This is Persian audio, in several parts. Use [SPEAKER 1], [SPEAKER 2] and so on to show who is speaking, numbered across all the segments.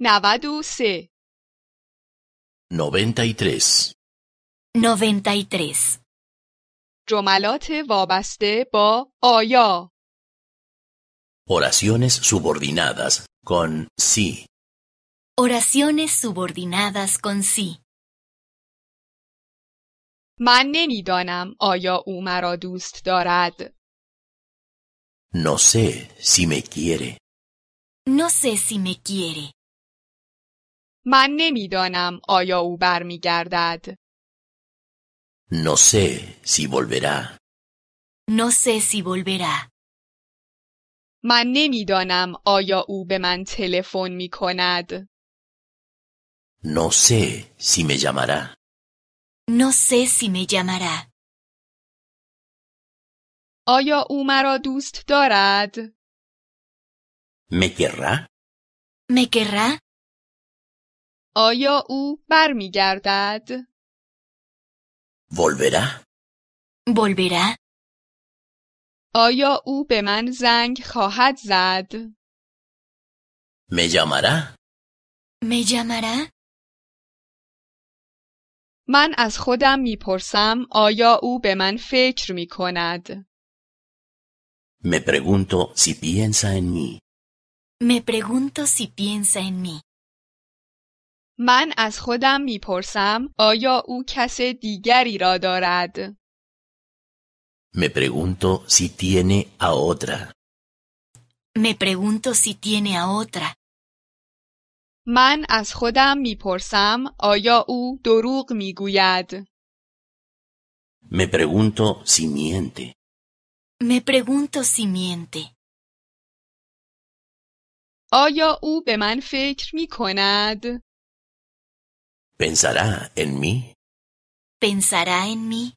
[SPEAKER 1] نود و سه
[SPEAKER 2] 93.
[SPEAKER 3] 93.
[SPEAKER 1] جملات وابسته با آیا
[SPEAKER 2] Oraciones subordinadas con sí.
[SPEAKER 3] Oraciones subordinadas con sí.
[SPEAKER 1] من نمیدانم آیا او مرا دوست دارد
[SPEAKER 2] No sé si me quiere.
[SPEAKER 3] No sé si me quiere.
[SPEAKER 1] من نمیدانم آیا او برمیگردد
[SPEAKER 2] No sé si volverá.
[SPEAKER 3] No sé si volverá.
[SPEAKER 1] من نمیدانم آیا او به من تلفن می کند
[SPEAKER 2] No sé si me llamará.
[SPEAKER 3] No sé si me llamará.
[SPEAKER 1] آیا او مرا دوست دارد
[SPEAKER 2] ¿Me querrá?
[SPEAKER 3] ¿Me querrá?
[SPEAKER 1] آیا او برمیگردد
[SPEAKER 2] ¿Volverá?
[SPEAKER 3] ¿Volverá?
[SPEAKER 1] آیا او به من زنگ خواهد زد
[SPEAKER 2] ¿Me llamará?
[SPEAKER 3] ¿Me llamará?
[SPEAKER 1] من از خودم میپرسم آیا او به من فکر می کند
[SPEAKER 2] Me pregunto si piensa en mí.
[SPEAKER 3] Me pregunto si piensa en mí.
[SPEAKER 1] من از خودم میپرسم آیا او کس دیگری را دارد
[SPEAKER 2] Me pregunto si tiene a otra.
[SPEAKER 3] Me pregunto si tiene a otra.
[SPEAKER 1] من از خودم میپرسم آیا او دروغ میگوید
[SPEAKER 2] Me pregunto si miente.
[SPEAKER 3] Me pregunto si miente.
[SPEAKER 1] آیا او به من فکر می کند؟
[SPEAKER 2] ¿Pensará en mí?
[SPEAKER 3] ¿Pensará en mí?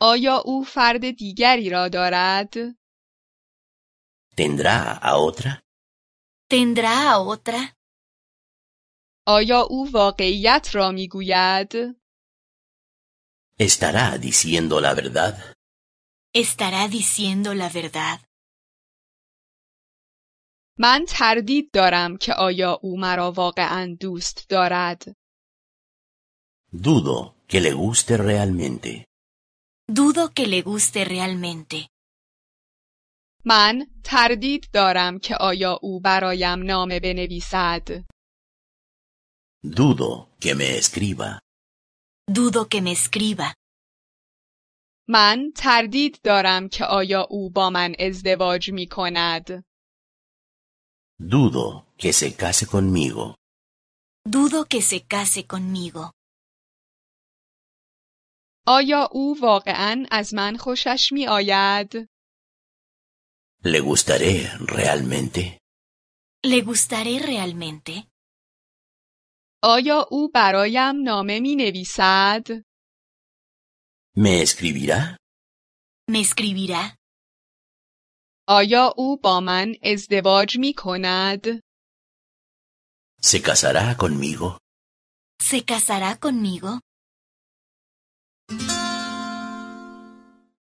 [SPEAKER 1] آیا او فرد دیگری را دارد؟
[SPEAKER 2] ¿Tendrá a otra?
[SPEAKER 3] ¿Tendrá a otra?
[SPEAKER 1] آیا او واقعیت را میگوید؟
[SPEAKER 2] ¿Estará diciendo la verdad?
[SPEAKER 3] ¿Estará diciendo la verdad?
[SPEAKER 1] من تردید دارم که آیا او مرا واقعا دوست دارد.
[SPEAKER 2] Dudo que le guste realmente.
[SPEAKER 3] Dudo que le guste realmente.
[SPEAKER 1] من تردید دارم که آیا او برایم نامه بنویسد.
[SPEAKER 2] Dudo que me escriba.
[SPEAKER 3] Dudo que me escriba.
[SPEAKER 1] من تردید دارم که آیا او با من ازدواج می کند.
[SPEAKER 2] Dudo que se case conmigo.
[SPEAKER 3] Dudo que se case conmigo.
[SPEAKER 1] آیا او واقعا از من خوشش می آید؟
[SPEAKER 2] ¿Le gustaré realmente?
[SPEAKER 3] ¿Le gustaré realmente?
[SPEAKER 1] آیا او برایم نامه می نویسد؟
[SPEAKER 2] ¿Me escribirá?
[SPEAKER 3] ¿Me escribirá?
[SPEAKER 1] آیا او با من ازدواج می کند؟
[SPEAKER 2] ¿Se casará conmigo?
[SPEAKER 3] ¿Se casará conmigo?